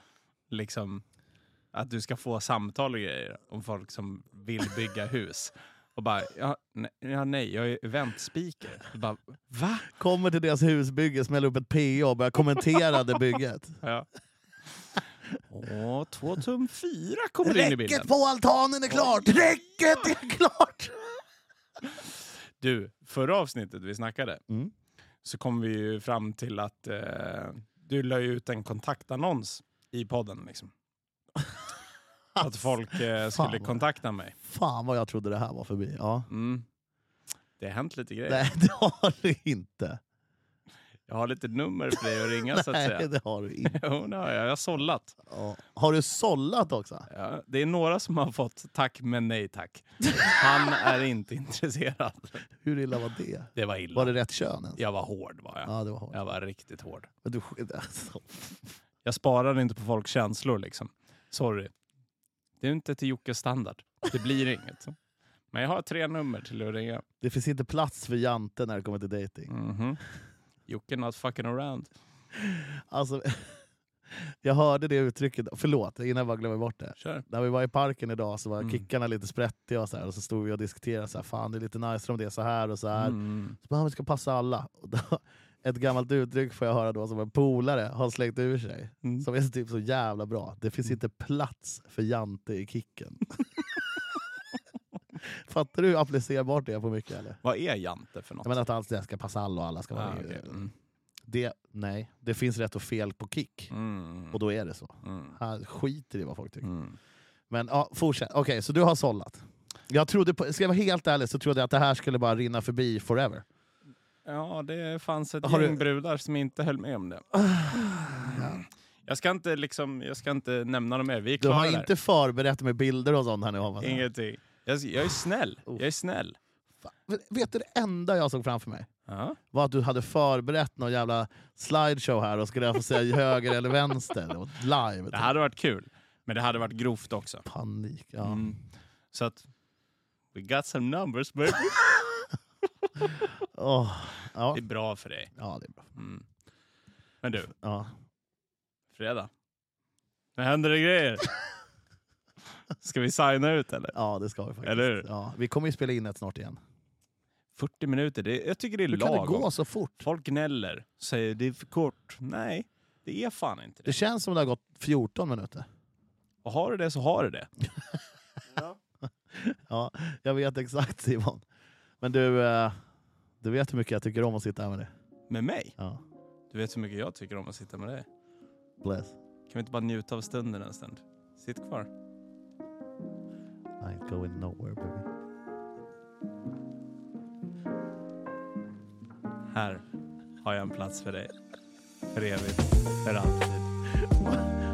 liksom att du ska få samtal och grejer om folk som vill bygga hus. Och bara, ja, nej, ja, nej jag är eventspiker. Du Bara, va? Kommer till deras husbygge, smäller upp ett PA och börjar kommentera det bygget. Ja. Åh, två tum fyra kommer in i bilden. Räcket på altanen är klart! Räcket är klart! Du, förra avsnittet vi snackade Mm. så kom vi ju fram till att eh, du la ju ut en kontaktannons i podden. Liksom. Att folk eh, fan skulle vad- kontakta mig. Fan vad jag trodde det här var förbi. Ja. Mm. Det har hänt lite grejer. Nej, det har du inte. Jag har lite nummer för dig att ringa så att Nej, säga. det har du inte. Jo, det har jag. Jag har sållat. Ja. Har du sållat också? Ja, det är några som har fått tack men nej tack. Han är inte intresserad. Hur illa var det? Det var illa. Var det rätt kön ens? Jag var hård var jag. Ja, det var hårt. Jag var riktigt hård. Men du, alltså, Jag sparade inte på folks känslor liksom. Sorry. Det är inte till Jockes standard. Det blir inget. Men jag har tre nummer till att ringa. det finns inte plats för Jante när det kommer till dating. Mhm. Jocke not fucking around. Alltså, jag hörde det uttrycket, förlåt innan jag bara glömmer bort det. Kör. När vi var i parken idag så var Mm. kickarna lite sprättiga och så, här, och så stod vi och diskuterade, så här, fan det är lite nice om det är så här och så här. Mm. Så bara, vi ska passa alla. Och då, ett gammalt uttryck får jag höra då som en polare har slängt ur sig. Mm. Som är typ så jävla bra. Det finns inte plats för Jante i kicken. Fattar du hur applicerbart det är på mycket eller? Vad är Jante för något? Jag menar att allt det här ska passa alla och alla ska vara Ah, med. okej. mm. det, Nej, det finns rätt och fel på kick. Mm. Och då är det så. Mm. Han skiter i vad folk tycker. Mm. Men ja, fortsätt. Okej, så du har sållat. Jag trodde på, ska jag vara helt ärlig så trodde jag att det här skulle bara rinna förbi forever. Ja, det fanns ett Har du- gäng brudar som inte höll med om det. Jag ska inte, liksom, jag ska inte nämna dem mer. Vi Du är klara har där. inte förberett med bilder och sånt här nu hoppas jag. Ingenting. Jag, jag är snäll. Oh. Jag är snäll. Fan, Vet du, det enda jag såg framför mig Ja. var att du hade förberett någon jävla slideshow här och skulle jag få säga höger eller vänster. Och live. Det hade varit kul, men det hade varit grovt också. Panik. Ja. Mm. Så att... We got some numbers baby. Åh, ja. Det är bra för dig. ja, det är bra. Mm. Men du, Ja. fredag. Nu händer det grejer. Ska vi signa ut eller? ja, det ska vi faktiskt. Eller hur? Ja. Vi kommer ju spela in ett snart igen. 40 minuter, det, jag tycker det är Hur kan det lagom. gå så fort? Folk gnäller, säger det är för kort. Nej, det är fan inte Det det. känns som det har gått 14 minuter. Och har du det så har du det. Ja, jag vet exakt Simon. Men du, eh, du vet hur mycket jag tycker om att sitta här med dig. Med mig? Ja. Du vet hur mycket jag tycker om att sitta med dig. Bless. Kan vi inte bara njuta av stunden en stund? Sitt kvar. I ain't going nowhere baby. Här har jag en plats för dig. För evigt, för alltid.